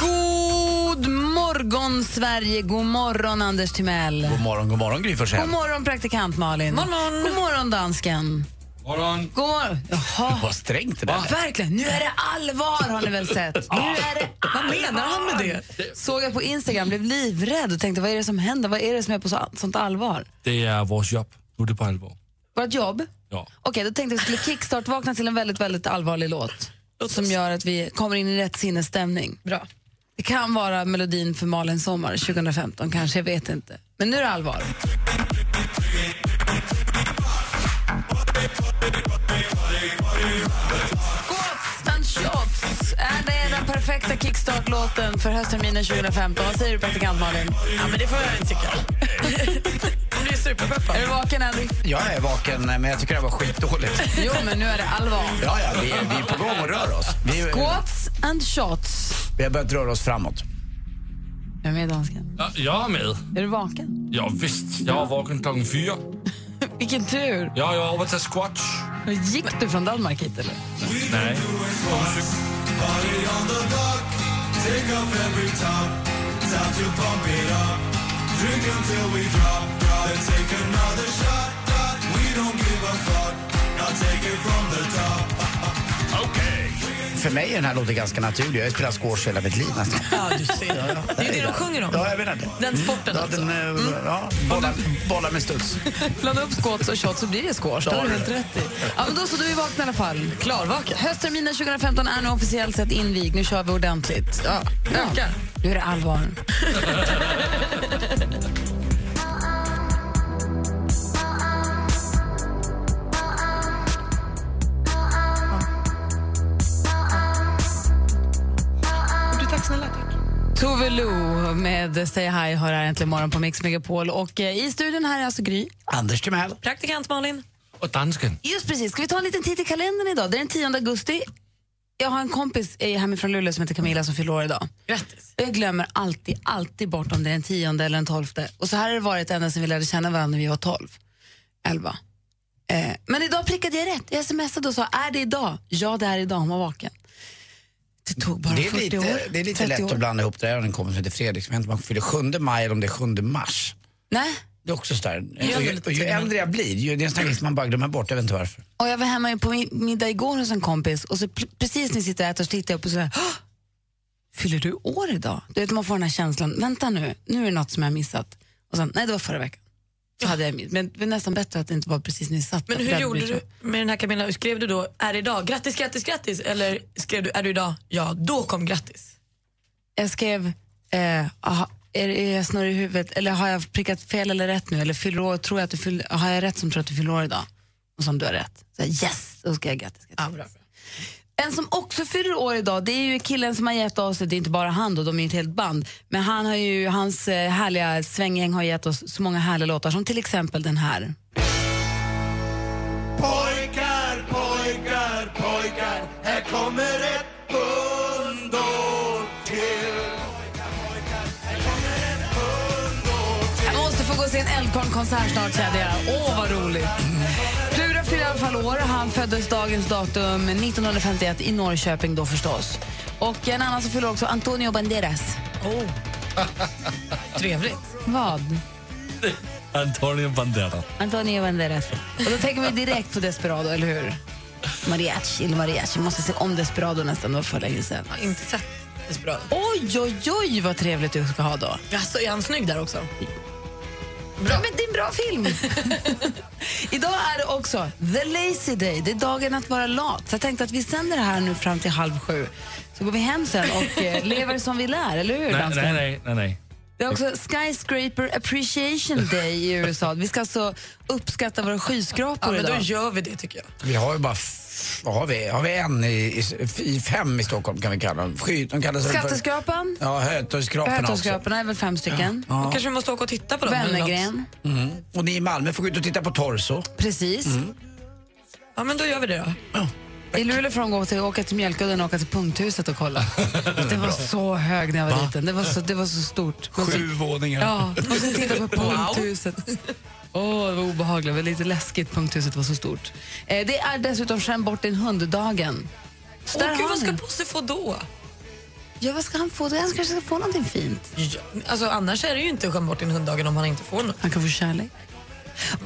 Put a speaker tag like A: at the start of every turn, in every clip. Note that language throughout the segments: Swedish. A: God morgon, Sverige! God morgon, Anders Timell!
B: God morgon, god morgon Gry
A: God
B: Forssell.
A: morgon, praktikant Malin! God morgon, dansken!
C: Morgon.
A: God morgon! Jaha,
B: Vad strängt det där
A: verkligen! Nu är det allvar, har ni väl sett? Nu är det... Vad menar han med det? Såg jag på Instagram, blev livrädd och tänkte vad är det som händer? Vad är det som är på så, sånt allvar?
C: Det
B: eh,
C: är vårt jobb. Nu är det på allvar.
A: Vårt jobb?
C: Ja.
A: Okej, då tänkte jag att vi skulle kickstart-vakna till en väldigt, väldigt allvarlig låt som gör att vi kommer in i rätt sinnesstämning. Bra. Det kan vara melodin för Malins sommar 2015 kanske, jag vet inte. Men nu är det allvar. Shots and shots. Är det den perfekta kickstart-låten för höstterminen 2015? Vad säger du, praktikant Malin? Ja, men det får jag tycka. Hon blir superpeppad. Är du vaken, Henrik?
B: Jag är vaken, eh, men jag tycker det här var skitdåligt.
A: Jo, men nu är det allvar.
B: Ja, ja, vi är, vi är på gång och rör oss. Vi,
A: Squats and shots.
B: vi har börjat röra oss framåt.
A: Vem är dansken?
C: Ja, jag är med.
A: Är du vaken?
C: Ja, visst. Jag var vaken klockan fyra.
A: Vilken tur!
C: Ja, jag har varit till squash.
A: Gick du från Danmark hit eller?
C: Nej. Omsök.
B: För mig är den här låten ganska naturlig. Jag har ju spelat squash hela mitt liv nästan.
D: Ja, du ser. Det är ju det de sjunger om.
B: Ja, jag vet inte.
D: Den sporten
B: Ja,
D: alltså.
B: den, eh, ja, bollar, bollar med studs.
A: Blanda upp squats och shots så blir det squash. Det har du helt rätt i. Ja, men då så, du är vaken i alla fall. Klarvaken. Höstterminen 2015 är nu officiellt sett invigd. Nu kör vi ordentligt. Ja. ja. Nu är det allvar.
D: Du, tack snälla. Tack.
A: Tove Lo med Stay High hör här äntligen morgon på Mix Megapol. Och eh, i studion här är alltså Gry.
B: Anders Timell.
D: Praktikant Malin.
C: Och dansken.
A: Just precis. Ska vi ta en liten titt i kalendern idag? Det är den 10 augusti. Jag har en kompis eh, hemifrån Luleå som heter Camilla som fyller år idag.
D: Grattis.
A: Jag glömmer alltid, alltid bort om det är den 10 eller den 12. Och så här har det varit ända sedan vi lärde känna varandra när vi var 12. 11. Eh, men idag prickade jag rätt. Jag smsade och sa, är det idag? Ja, det är idag. Hon var vaken. Det tog bara
B: Det är
A: 40
B: lite,
A: år.
B: det är lite
A: 30
B: lätt
A: år.
B: att blanda ihop det där. Jag har en kompis som heter Fredrik som heter man fyller 7 maj eller om det är 7 mars.
A: Nej.
B: Det är också sådär.
D: är
B: Och ju,
D: väldigt
B: och ju
D: tydligt.
B: äldre jag blir, ju, det är en sån här grej som man bara glömmer bort. Jag vet inte varför.
A: Och jag var hemma på mi- middag igår hos en kompis och så pr- precis när vi sitter och äter så tittar jag upp och sådär, "Hå! fyller du år idag? Du vet, man får den här känslan, vänta nu, nu är det något som jag har missat. Och sen, nej det var förra veckan. Så hade jag miss- men det var nästan bättre att det inte var precis när vi satt där,
D: Men
A: för det
D: hur
A: hade
D: gjorde
A: blivit
D: du
A: så.
D: med den här Camilla? Skrev du då är det idag? Grattis, grattis, grattis. Eller skrev du är du idag? Ja, då kom grattis.
A: Jag skrev, eh, aha, är, är jag snurrig i huvudet eller har jag prickat fel eller rätt nu? Eller fyller år, tror jag att du fyller, har jag rätt som tror att du fyller år idag? Och som du har rätt. Så jag, yes, då ska jag grattis. grattis. En som också fyller år idag, det är ju killen som har gett oss, det är inte bara han då, de är ju ett helt band, men han har ju, hans eh, härliga svänggäng har gett oss så många härliga låtar som till exempel den här.
E: Pojkar, pojkar, pojkar, här kommer ett hundår till.
A: Jag måste få gå och se en Eldkvarn-konsert snart kände jag. Åh, vad roligt! Plura fyller i alla fall år. Han föddes dagens datum 1951 i Norrköping då förstås. Och en annan som fyller också, Antonio Banderas.
D: Trevligt.
A: Vad?
C: Antonio Bandera.
A: Antonio Banderas. Och då tänker man ju direkt på Desperado, eller hur? Mariachi, eller mariachi. Måste se om Desperado nästan, det var för länge sedan.
D: Jag har inte sett Desperado.
A: Oj, oj, oj vad trevligt du ska ha då.
D: Alltså, är han snygg där också?
A: Bra. Men det är en bra film. Idag är det också The Lazy Day. Det är dagen att vara lat. Så jag tänkte att vi sänder det här nu fram till halv sju. Så går vi hem sen och eh, lever som vi lär, eller hur?
C: Nej,
A: dansken?
C: nej, nej, nej, nej.
A: Det är också Skyscraper Appreciation Day i USA. Vi ska alltså uppskatta våra
D: Ja,
A: skyskrapor
D: men då
A: idag.
D: gör vi det tycker jag.
B: Vi har ju bara f- vad har vi? Har vi en i, i, i fem i Stockholm kan vi kalla dem. Sky, de kallas väl för...
A: Skatteskrapan,
B: Ja,
A: alltså.
B: Hötorgsskraporna också.
A: Hötorgsskraporna är väl fem stycken.
D: Då kanske vi måste åka och titta på dem. eller något.
A: Wennergren,
B: Mm. Och ni i Malmö får gå ut och titta på Torso.
A: precis.
D: Ja, men då gör vi det då.
A: I Luleå får de gå till, åka till Mjölkudden och åka till Punkthuset och kolla. Det var så hög när jag var liten. Det var så, det var så stort. Och så-
B: Sju våningar.
A: Ja, och så titta på Punkthuset. Åh, det var obehagligt. Det var lite läskigt. Punkthuset var så stort. Eh, det är dessutom Skärm bort din hund-dagen. Så där
D: Åh, gud,
A: har
D: vad ska
A: ni.
D: Bosse få då?
A: Ja, vad ska han få? Han kanske ska få någonting fint.
D: Ja, Alltså, annars är det ju inte skäm bort din hunddagen om han inte får något.
A: Han kan få kärlek.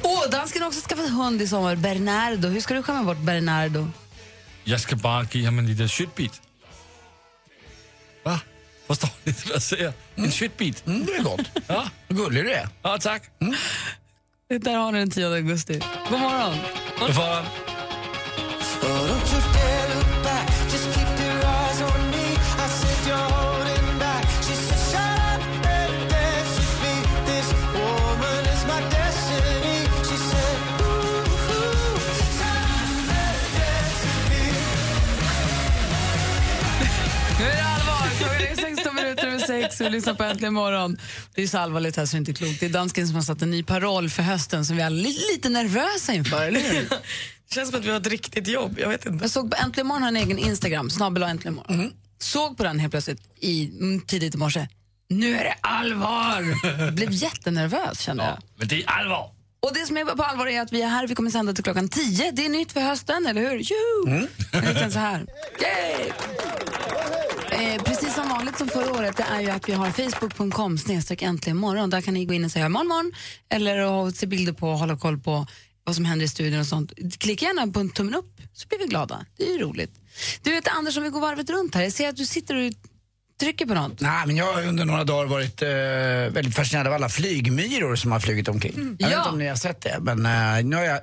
A: Åh, dansken har också skaffat hund i sommar. Bernardo. Hur ska du skämma bort Bernardo?
C: Jag ska bara ge honom en liten köttbit. Va? Förstår ni inte vad jag säger? En köttbit?
B: Mm, det är gott.
C: Ja,
B: Vad gullig du är.
C: ja tack.
A: Där har ni den 10 augusti. God morgon.
C: Då får han.
A: Nu är det allvar. Klockan är 16 minuter över 6 och vi lyssnar på Äntligen morgon. Det är så allvarligt här så det är inte klokt. Det är dansken som har satt en ny paroll för hösten som vi är li- lite nervösa inför, eller hur?
D: Det känns som att vi har ett riktigt jobb. Jag vet inte. Mhm.
A: Jag såg på Äntligen morgon har en egen Instagram, snabbel Äntligen morgon. Såg på den helt plötsligt i, mm, tidigt i morse. Nu är det allvar! Blev jättenervös kände jag.
C: Men det är allvar.
A: Och det som är på allvar är att vi är här, vi kommer sända till klockan 10. Det är nytt för hösten, eller hur? Juhu! Mm. Lite så här. Yay! Eh, precis som vanligt som förra året, det är ju att vi har facebook.com snedstreck äntligen morgon. Där kan ni gå in och säga morgon, morgon eller och se bilder på och hålla koll på vad som händer i studion och sånt. Klicka gärna på en tummen upp så blir vi glada. Det är ju roligt. Du vet Anders, om vi går varvet runt här. Jag ser att du sitter och trycker på något.
B: Nej, men jag har under några dagar varit eh, väldigt fascinerad av alla flygmyror som har flugit omkring. Jag vet
A: Ja.
B: inte om ni har sett det, men eh, nu har jag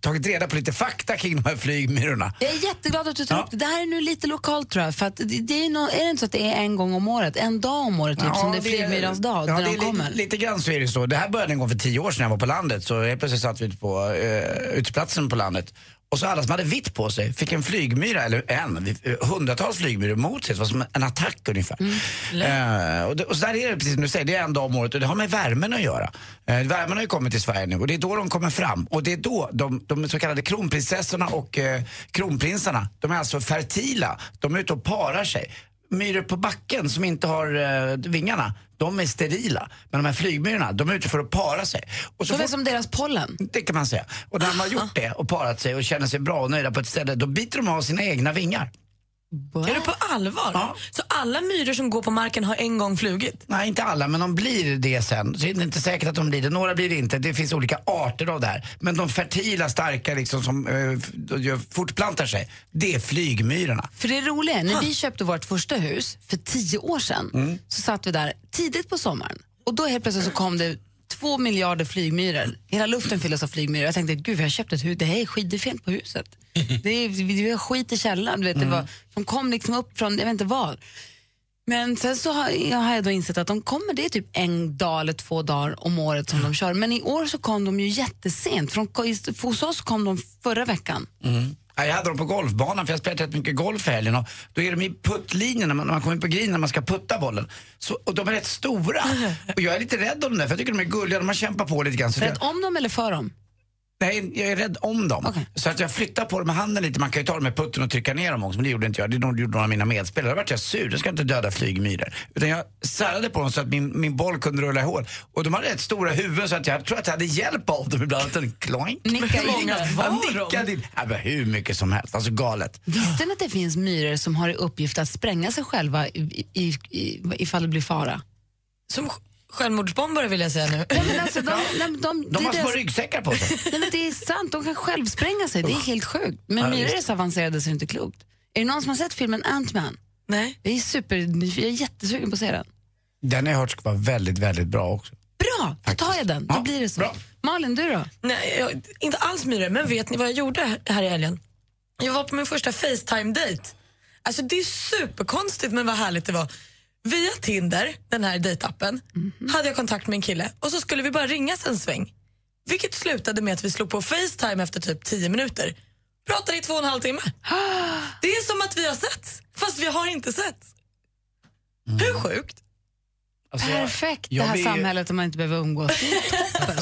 B: tagit reda på lite fakta kring de här flygmyrorna.
A: Jag är jätteglad att du tar
B: Ja.
A: upp det. Det här är nu lite lokalt tror jag. För att det, det är, no, är det inte så att det är en gång om året, en dag om året typ, som det är flygmyrans dag
B: ja,
A: när
B: det
A: de
B: är li-
A: kommer?
B: Lite grann så är det så. Det här började en gång för tio år sedan när jag var på landet. Så helt plötsligt satt vi ute på eh, uteplatsen på landet. Och så alla som hade vitt på sig fick en flygmyra, eller en, vi- eh, hundratals flygmyror mot sig. Det var som en attack ungefär.
A: Mm,
B: Eh, och, det, och så där är det precis som du säger, det är en dag om året och det har med värmen att göra. Eh, värmen har ju kommit till Sverige nu och det är då de kommer fram. Och det är då de, de så kallade kronprinsessorna och eh, kronprinsarna, de är alltså fertila. De är ute och parar sig myror på backen som inte har eh, vingarna, de är sterila. Men de här flygmyrorna, de är ute för att para sig. Och så
A: De är
B: fort,
A: som deras pollen.
B: Det kan man säga. Och när de har gjort det och parat sig och känner sig bra och nöjda på ett ställe, då biter de av sina egna vingar.
D: Är du på allvar?
B: Ja.
D: Så alla myror som går på marken har en gång flugit?
B: Nej, inte alla, men de blir det sen. Så det är inte säkert att de blir det. Några blir det inte. Det finns olika arter av det här. Men de fertila, starka, liksom, som eh, f- gör- fortplantar sig, det är flygmyrorna.
A: För det roliga är, när vi köpte vårt första hus för tio år sedan så satt vi där tidigt på sommaren och då helt plötsligt så kom det två miljarder flygmyror. Hela luften fylldes av flygmyror. Jag tänkte, gud vi har köpt ett hus, det här är skit, det är fel på huset. Det är, vi har skit i källaren, du vet, det var, de kom liksom upp från, jag vet inte var. Men sen så har jag, har jag då insett att de kommer, det är typ en dag eller två dagar om året som de kör. Men i år så kom de ju jättesent. Från, hos oss kom de förra veckan.
B: Mm. Ja, jag hade dem på golfbanan för jag spelade rätt mycket golf i helgen och då är de i puttlinjen när man, när man kommer in på green när man ska putta bollen. Så, och de är rätt stora. Och jag är lite rädd om dem där för jag tycker de är gulliga, de har kämpat på lite grann. Så
A: Rätt
B: jag,
A: om dem eller för dem?
B: nej, jag är rädd om dem.
A: Okej.
B: Så att jag flyttar på dem med handen lite. Man kan ju ta dem med putten och trycka ner dem också men det gjorde inte jag. Det gjorde några av mina medspelare. Då vart jag sur, då ska jag inte döda flygmyror. Utan jag särade på dem så att min, min boll kunde rulla i hål. Och de hade rätt stora huvuden så att jag tror att jag hade hjälp av dem ibland. Utan kloink.
A: Nicka
B: Kloink.
A: in.
B: Ja, nicka in. Ja, men hur mycket som helst, alltså galet.
A: Visste ni att det finns myror som har i uppgift att spränga sig själva i, i, i, ifall det blir fara?
D: Som sj- självmordsbombare vill jag säga nu.
A: Nej, men alltså, de, de, de,
B: De
A: det,
B: har
A: är
B: små
A: deras,
B: ryggsäckar på sig.
A: nej, men det är sant, de kan självspränga sig. Det är helt sjukt. Men myror är så avancerade så det är inte klokt. Är det någon som har sett filmen Ant-Man?
D: Nej.
A: Jag är, super, jag är jättesugen på att se den.
B: Den har jag hört ska vara väldigt, väldigt bra också.
A: Bra, då tar jag den. Då
B: Ja,
A: blir det så.
B: bra.
A: Malin, du då?
D: Nej, jag, inte alls myror. Men vet ni vad jag gjorde här i helgen? Jag var på min första Facetime-dejt. Alltså det är superkonstigt men vad härligt det var. Via Tinder, den här dejtappen, hade jag kontakt med en kille och så skulle vi bara ringas en sväng. Vilket slutade med att vi slog på Facetime efter typ 10 minuter. Pratar i två och en halv timme. Det är som att vi har sett, fast vi har inte sett. Hur sjukt?
B: Alltså, jag-
A: Perfekt
B: jag
A: det här
B: blir ju-
A: samhället om man inte behöver umgås.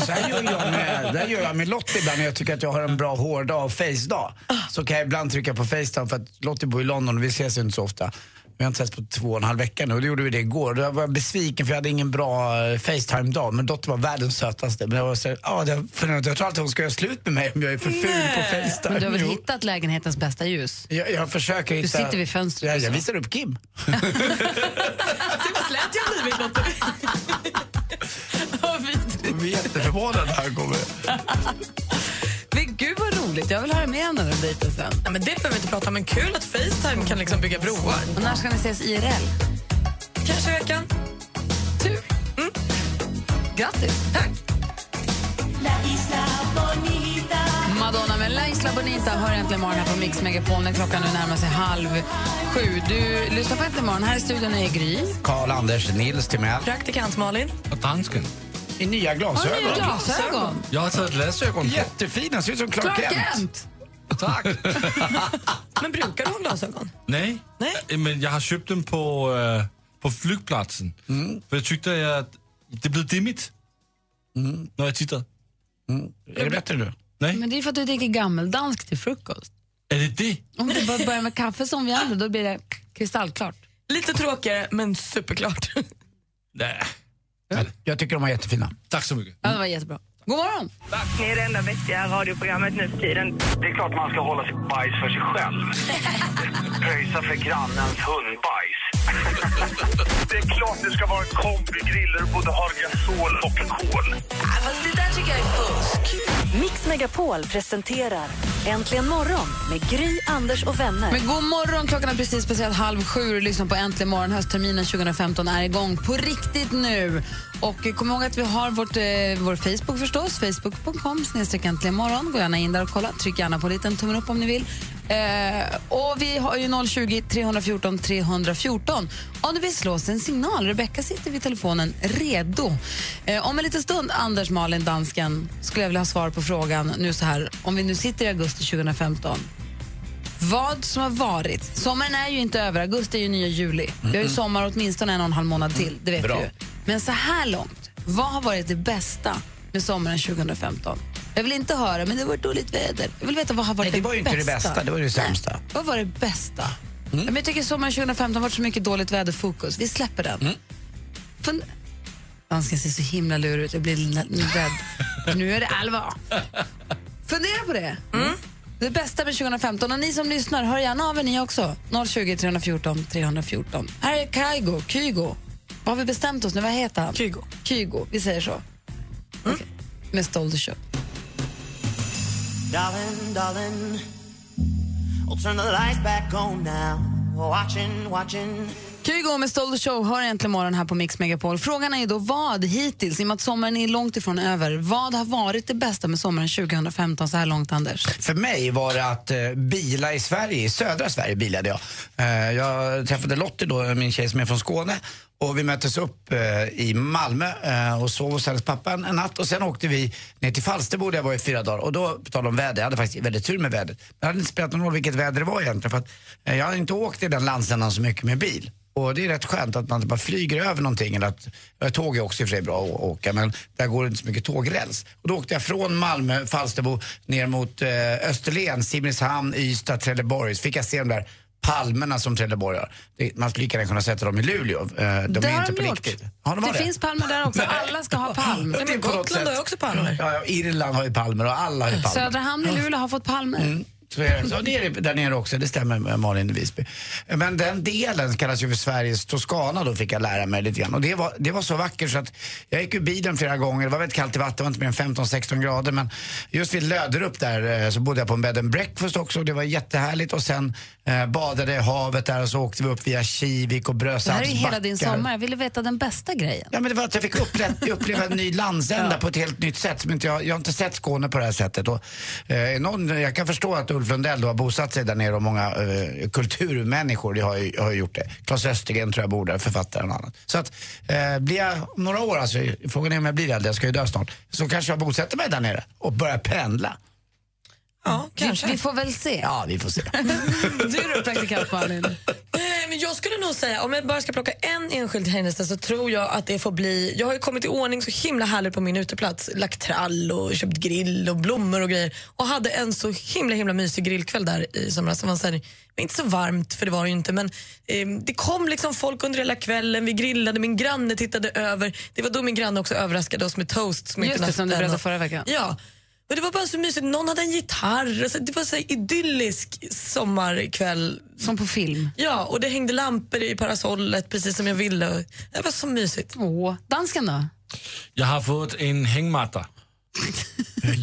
B: Så här gör jag med, det här gör jag med Lottie ibland när jag tycker att jag har en bra hårdag och face-dag. Så kan jag ibland trycka på Facetime för att Lottie bor i London och vi ses ju inte så ofta. Vi har inte setts på två och en halv vecka nu och det gjorde vi det igår. Då var jag besviken för jag hade ingen bra eh, Facetime-dag. Men Lottie var världens sötaste. Men jag var så här, "Ah, det- för jag tror alltid hon ska göra slut med mig om jag är för ful på Facetime.
A: Men du har väl
B: Jo.
A: hittat lägenhetens bästa ljus?
B: jag, jag försöker hitta...
A: sitter vid fönstret
B: Jag,
A: och
B: jag
A: så.
B: visar upp Kim.
D: Det var slät jag har blivit Lotte. Vad vidrigt.
B: Jag blir jätteförvånad när han kommer.
A: Men gud vad roligt, jag vill höra mer om den här dejten sen.
D: Nej, men det behöver vi inte prata om, men kul att Facetime kan liksom bygga broar.
A: Och när ska ni ses IRL?
D: Kanske i veckan.
A: Tur. Grattis. Tack. Madonna med La Isla Bonita hör äntligen morgon här på Mix Megapol när klockan nu närmar sig halv sju. Du lyssnar på Äntligen morgon. Här i studion är Gry.
B: Karl Anders Nils Timell.
D: Praktikant Malin.
C: Och dansken.
B: I nya
A: Har
B: glasögon.
A: du nya glasögon?
C: Jag har tagit glasögon på.
B: Jättefina, ser ut som Clark,
A: Clark
B: Kent.
A: Kent!
C: Tack.
D: Men brukar du ha glasögon?
C: Nej.
D: Nej.
C: Eh, Men jag har köpt dem på, eh, på flygplatsen.
A: Mm.
C: För jag tyckte jag att det blev dimmigt
A: Mm.
C: när jag tittade.
B: Är det bättre nu?
C: Nej,
A: Men det är för att du dricker gammeldansk till frukost.
C: är det det?
A: Om du bara börjar med kaffe som vi andra, då blir det kristallklart.
D: Lite tråkigare, men superklart.
C: Nej.
B: Jag tycker de var jättefina.
C: Tack så mycket.
A: Ja, det var jättebra. God morgon!
F: Ni är det enda vettiga radioprogrammet nu för tiden.
G: Det är klart man ska hålla sitt bajs för sig själv. Pröjsa för grannens hundbajs. det är klart det ska vara en kombigrill där du både har gasol och kol.
H: Mix Megapol presenterar Äntligen morgon med Gry, Anders och vänner.
A: Men god morgon, klockan är precis passerat halv sju och lyssnar på Äntligen morgon. Höstterminen 2015 är igång på riktigt nu. Och eh, kom ihåg att vi har vårt, eh, vår Facebook förstås, facebook.com snedstreck äntligen morgon. Gå gärna in där och kolla. Tryck gärna på en liten tummen upp om ni vill. Eh, och vi har ju 020 314 314 om du vill slå oss en signal. Rebecka sitter vid telefonen redo. Eh, om en liten stund, Anders Malin, dansken, skulle jag vilja ha svar på frågan nu så här, om vi nu sitter i augusti 2015 vad som har varit. Sommaren är ju inte över. Augusti är ju nya juli. Vi har ju sommar åtminstone en och en halv månad till. Det vet
B: Bra.
A: du ju. Men så här långt, vad har varit det bästa med sommaren 2015? Jag vill inte höra, men det var dåligt väder. Jag vill veta vad har
B: Nej,
A: varit
B: det var ju
A: bästa.
B: inte det bästa, det var ju det sämsta.
A: Vad var det bästa? Ja, Men jag tycker sommaren 2015 har varit så mycket dåligt väderfokus. Vi släpper den. Fun- Dansken ser så himla lurig ut. Jag blir l- rädd. nu är det allvar. Fundera på det. Mm. Det bästa med 2015. Och ni som lyssnar, hör gärna av er ni också. 020 314 314. Här är Kygo. Kygo. Vad har vi bestämt oss nu? Vad heter han?
D: Kygo.
A: Kygo. Vi säger så. Okej. Med Stolder Shop.
E: Darling, darling, I'll turn the lights back on now. Watching, watching.
A: Kygo med Stolder Show hör äntligen morgon här på Mix Megapol. Frågan är ju då vad hittills, i och med att sommaren är långt ifrån över, vad har varit det bästa med sommaren 2015 så här långt, Anders?
B: För mig var det att eh, bila i Sverige, i södra Sverige bilade jag. Eh, jag träffade Lottie då, min tjej som är från Skåne. Och vi möttes upp eh, i Malmö eh, och sov hos hennes pappa en, en natt. Och sen åkte vi ner till Falsterbo där jag var i fyra dagar. Och då, på tal om väder, jag hade faktiskt väldigt tur med vädret. Men det hade inte spelat någon roll vilket väder det var egentligen. För att, eh, jag hade inte åkt i den landsändan så mycket med bil. Och det är rätt skönt att man inte bara flyger över någonting. Eller att, ja, tåg är också i och för sig bra att åka, men där går det inte så mycket tågräls. Och då åkte jag från Malmö, Falsterbo, ner mot eh, Österlen, Simrishamn, Ystad, Trelleborg. Så fick jag se de där palmerna som Trelleborg har. Det, man skulle lika gärna kunna sätta dem i Luleå. Eh, de är
A: Det
B: inte
A: har de
B: på
A: gjort.
B: riktigt. Har de
A: det,
B: har
A: finns palmer där också. Alla ska ha palm.
B: Det är
D: men
B: på något
D: Gotland har ju
B: sätt.
D: också palmer.
B: Ja, ja, Irland har ju palmer och alla har ju palmer.
A: Södra hamn i Luleå har fått palmer.
B: Så är det. Så det är det där nere också, det stämmer med Malin i Visby. Men den delen kallas ju för Sveriges Toscana då fick jag lära mig lite grann. Och det var, det var så vackert så att jag gick ur bilen flera gånger, det var väldigt kallt i vattnet, det var inte mer än 15-16 grader. Men just vid Löderup där eh, så bodde jag på en bed and breakfast också och det var jättehärligt. Och sen eh, badade jag i havet där och så åkte vi upp via Kivik och
A: Det
B: Brösarps
A: här är ju hela din
B: backar.
A: sommar. Jag ville veta den bästa grejen.
B: Ja, men det var att jag fick uppleva, uppleva en ny landsända på ett helt nytt sätt. Som inte jag, jag har inte sett Skåne på det här sättet. Och, eh, någon, jag kan förstå att Ulf Lundell då har bosatt sig där nere och många eh, kulturmänniskor det har, ju, har ju gjort det. Claes Östergren tror jag bor där, författaren och annat. Så att eh, blir jag om några år, alltså, frågan är om jag blir äldre, jag ska ju dö snart, så kanske jag bosätter mig där nere och börjar pendla.
D: Ja, kanske.
A: Vi får väl se.
B: Ja, vi får se.
A: du då, praktikant Malin?
D: Nej, men jag skulle nog säga, om jag bara ska plocka en enskild händelse så tror jag att det får bli, jag har ju kommit i ordning så himla härligt på min uteplats, lagt trall och köpt grill och blommor och grejer och hade en så himla himla mysig grillkväll där i somras. Det var så här, det var inte så varmt för det var det ju inte men eh, det kom liksom folk under hela kvällen, vi grillade, min granne tittade över, det var då min granne också överraskade oss med toast. Som
A: Just det, som du berättade förra
D: veckan. Ja. Men det var bara så mysigt, någon hade en gitarr, alltså, det var så här idyllisk sommarkväll.
A: Som på film.
D: Ja, och det hängde lampor i parasollet precis som jag ville. Det var så mysigt.
A: Åh, dansken då?
C: Jag har fått en hängmatta.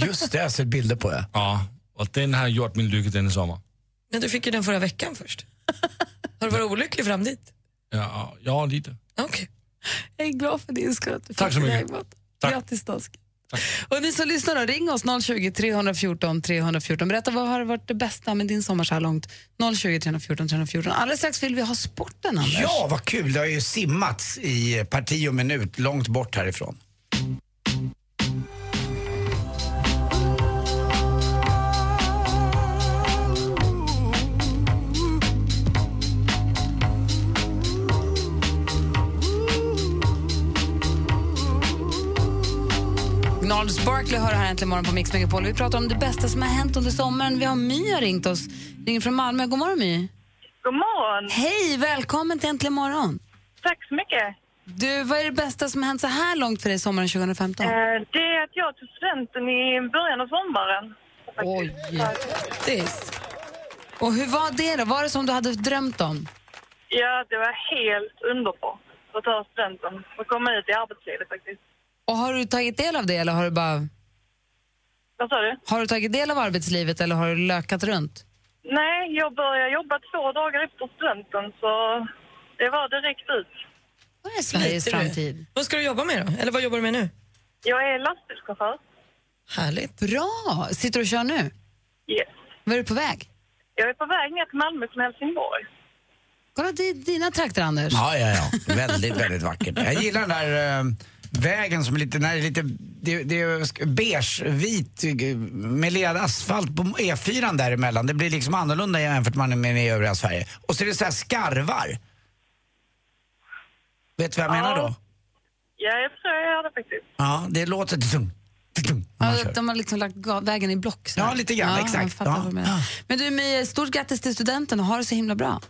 B: Just det, jag har sett bilder på det.
C: Ja, och den har gjort min lycka denna sommar.
D: Men du fick ju den förra veckan först. Har du varit olycklig fram dit?
C: Ja, ja lite.
D: Okej.
A: Jag är glad för din skull. att du
C: Tack
A: fick det
C: så mycket.
A: där emot.
C: Tack.
A: Grattis, dansken. Och ni som lyssnar, då, ring oss 020 314 314. Berätta vad har varit det bästa med din sommar så här långt. 020 314 314. Alldeles strax vill vi ha sporten, Anders.
B: Ja, vad kul. Det har ju simmats i parti och minut långt bort härifrån.
A: Gnarls Barkley hör det här äntligen morgon på Mix Megapol. Vi pratar om det bästa som har hänt under sommaren. Vi har My har ringt oss. Ringer från Malmö. God morgon My.
F: God morgon.
A: Hej, välkommen till Äntligen morgon.
F: Tack så mycket.
A: Du, vad är det bästa som har hänt så här långt för dig sommaren 2015?
F: Eh, Det är att jag tog studenten i början av sommaren.
A: Oj. Grattis. Och hur var det då? Var det som du hade drömt om?
F: Ja, det var helt underbart att ta studenten och komma ut i arbetslivet faktiskt.
A: Och har du tagit del av det eller har du bara...
F: Vad sa du?
A: Har du tagit del av arbetslivet eller har du lökat runt?
F: Nej, jag började jobba två dagar efter studenten så det var direkt ut.
A: Vad är Sveriges
D: Sliter du?
A: framtid?
D: Vad ska du jobba med då? Eller vad jobbar du med nu?
F: Jag är lastbilschaufför.
D: Härligt.
A: Bra! Sitter du och kör nu?
F: Yes.
A: Var är du på väg?
F: Jag är på väg ner till Malmö från Helsingborg.
A: Kolla, det är dina trakter, Anders.
B: Ja, ja, ja. Väldigt, väldigt vackert. Jag gillar den där eh, vägen som är lite, när det är lite det, det är sk- beige, vit eh, med led asfalt på E4 däremellan. Det blir liksom annorlunda jämfört med med i övriga Sverige. Och så är det så här skarvar. Vet du vad jag menar då?
F: Ja, jag tror jag gör det faktiskt.
B: Ja, det låter... tung, tung, när man
A: Ja,
B: kör.
A: de har liksom lagt ga- vägen i block. Så.
B: Ja,
A: här.
B: lite grann,
A: Ja,
B: exakt.
A: jag fattar
B: Ja.
A: vad du menar. Men du, My, stort grattis till studenten och ha det så himla bra.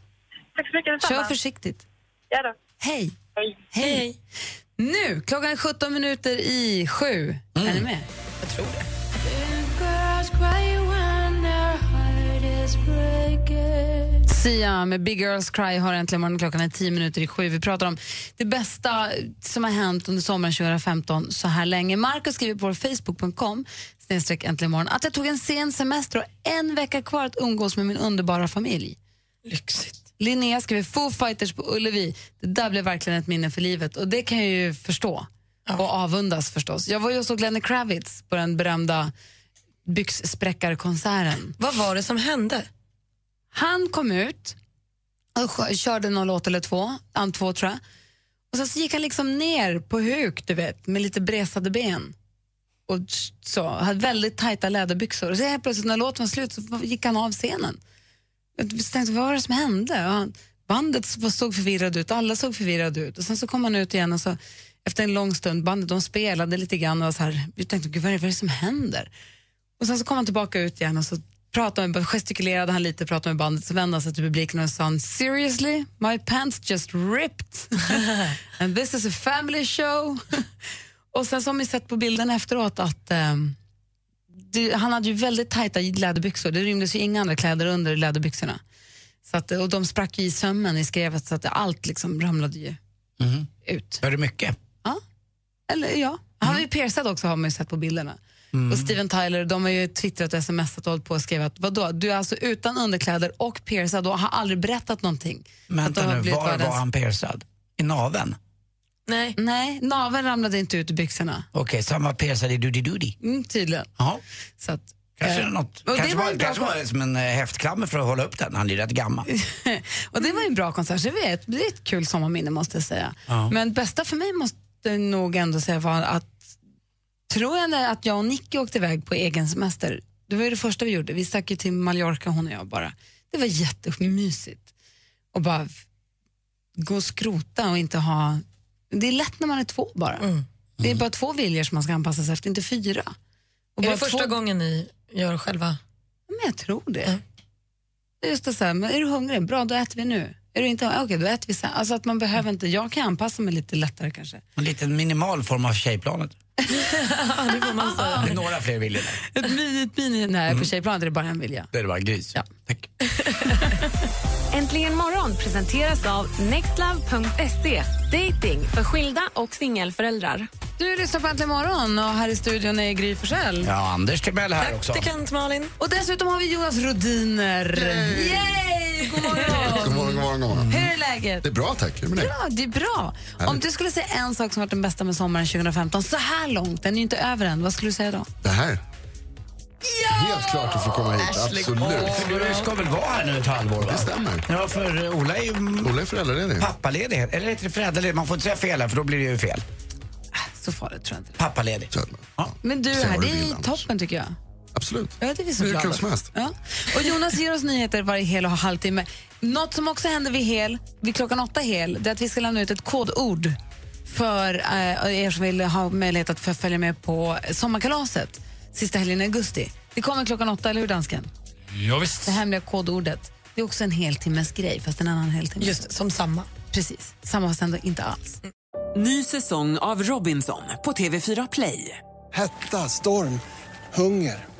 F: Tack så mycket
A: Kör
F: detsamma.
A: försiktigt.
F: Ja då.
A: Hej!
F: Hej.
A: Hej! Nu, klockan är 17 minuter i sju. Är ni med?
D: Jag tror det.
A: Sia med Big Girls Cry har äntligen morgon. Klockan är 10 minuter i sju. Vi pratar om det bästa som har hänt under sommaren 2015 så här länge. Markus skriver på facebook.com snedstreck äntligen morgon att jag tog en sen semester och en vecka kvar att umgås med min underbara familj.
D: Lyxigt.
A: Linnea skriver Foo Fighters på Ullevi. Det där blev verkligen ett minne för livet och det kan jag ju förstå och avundas förstås. Jag var ju och såg Lenny Kravitz på den berömda byxspräckarkonserten.
D: Vad var det som hände?
A: Han kom ut och skö- körde någon låt eller två, an två tror jag. Och sen så gick han liksom ner på huk, du vet, med lite bresade ben. Och s- så, hade väldigt tajta läderbyxor. Och så helt plötsligt när låten var slut så gick han av scenen. Jag tänkte, vad var det som hände? Och han, bandet så- såg förvirrad ut, alla såg förvirrade ut. Och sen så kom han ut igen och så, efter en lång stund, bandet de spelade lite grann och var så här, vi tänkte, Gud, vad, är, vad är det som händer? Och sen så kom han tillbaka ut igen och så pratade med, gestikulerade han lite, pratade med bandet, så vände han sig till publiken och sa han, seriously, my pants just ripped. And this is a family show. och sen så har man ju sett på bilden efteråt att ehm, det, han hade ju väldigt tajta läderbyxor, det rymdes ju inga andra kläder under läderbyxorna. Så att, och de sprack ju i sömmen i skrevet så att allt liksom ramlade ju
B: Mhm.
A: ut.
B: Var det mycket?
A: Ja, eller ja. Han var ju piercad också har man ju sett på bilderna.
B: Mm.
A: Och Steven Tyler, de har ju twittrat och smsat och hållit på och skrivit att vadå, du är alltså utan underkläder och piercad och har aldrig berättat någonting. att de
B: Vänta
A: har
B: nu,
A: blivit
B: var var han piercad? I naveln?
D: Nej.
A: Nej, naveln ramlade inte ut ur byxorna.
B: Okej, så han var piercad i doody-doody?
A: Mm, tydligen.
B: Ja.
A: Så att,
B: Kanske,
A: eh,
B: något,
A: och det
B: kanske,
A: var
B: var,
A: en bra
B: kanske var det som en eh, häftklammer för att hålla upp den. Han är ju rätt gammal.
A: och det var ju
D: Mm.
A: en bra konsert, så det var ett, det är ett kul sommarminne måste jag säga.
B: Ja.
A: Men bästa för mig måste nog ändå säga var att tror jag när- att jag och Nicky åkte iväg på egen semester det var ju det första vi gjorde. Vi stack ju till Mallorca hon och jag bara. Det var jättemysigt. Och bara f- gå och skrota och inte ha... Det är lätt när man är två bara.
D: Mm.
A: Det är bara två viljor som man ska anpassa sig efter, inte fyra. Och
D: är
A: bara
D: det första
A: två-
D: gången ni gör själva?
A: Men jag tror det. Det är Just det, så här, men är du hungrig? Bra, då äter vi nu. Är du inte hungrig? Okej, då äter vi sen. Alltså att man behöver inte, jag kan anpassa mig lite lättare kanske.
B: En liten minimal form av tjejplanet.
A: det får man säga.
B: Det är några fler viljor där.
A: Ett mini, ett mini, nej på tjejplanet är det bara en vilja.
B: Det är bara en gris.
H: Äntligen morgon presenteras av nextlove.se. Dating för skilda och singelföräldrar.
A: Du lyssnar på Äntligen morgon och här i studion är Gry Forssell.
B: Ja, Anders Timell här också.
D: Praktikant Malin.
A: Och dessutom har vi Jonas Rodiner. Yay! God morgon!
I: God morgon, god morgon, god morgon.
A: Hur är läget?
I: Det är bra tack, hur är det med dig?
A: Bra, det är bra. Om
I: Härligt.
A: du skulle säga en sak som varit den bästa med sommaren 2015, så här långt, den är ju inte över än, vad skulle du säga då?
I: Det här. Helt klart att få komma hit,
A: Ashley
I: absolut.
B: För du ska väl vara här nu ett halvår? Va?
I: Det stämmer.
B: Ja, för eh, Ola är ju...
I: Ola är föräldraledig.
B: Pappaledighet, eller heter det föräldraledighet? Man får inte säga fel här för då blir det ju fel.
A: Så farligt tror jag inte.
B: Pappaledig. Ja.
A: Men du
B: Säg
A: här,
B: vad
A: det
B: du vill,
A: är
B: Anders.
A: toppen tycker jag.
I: Absolut.
A: Ja, det är vi så
I: Hur
A: glada
I: kul
A: för.
I: som helst.
A: Ja. Och Jonas ger oss nyheter varje hel och halvtimme. Något som också händer vid hel, vid klockan åtta hel, det är att vi ska lämna ut ett kodord för eh, er som vill ha möjlighet att få följa med på sommarkalaset sista helgen i augusti. Det kommer klockan åtta, eller hur dansken?
C: Ja, visst.
A: Det hemliga kodordet. Det är också en heltimmes grej, fast en annan heltimme. Just
D: som samma.
A: Precis, samma fast ändå inte alls.
J: Ny säsong av Robinson på TV4 Play.
K: Hetta, storm, hunger.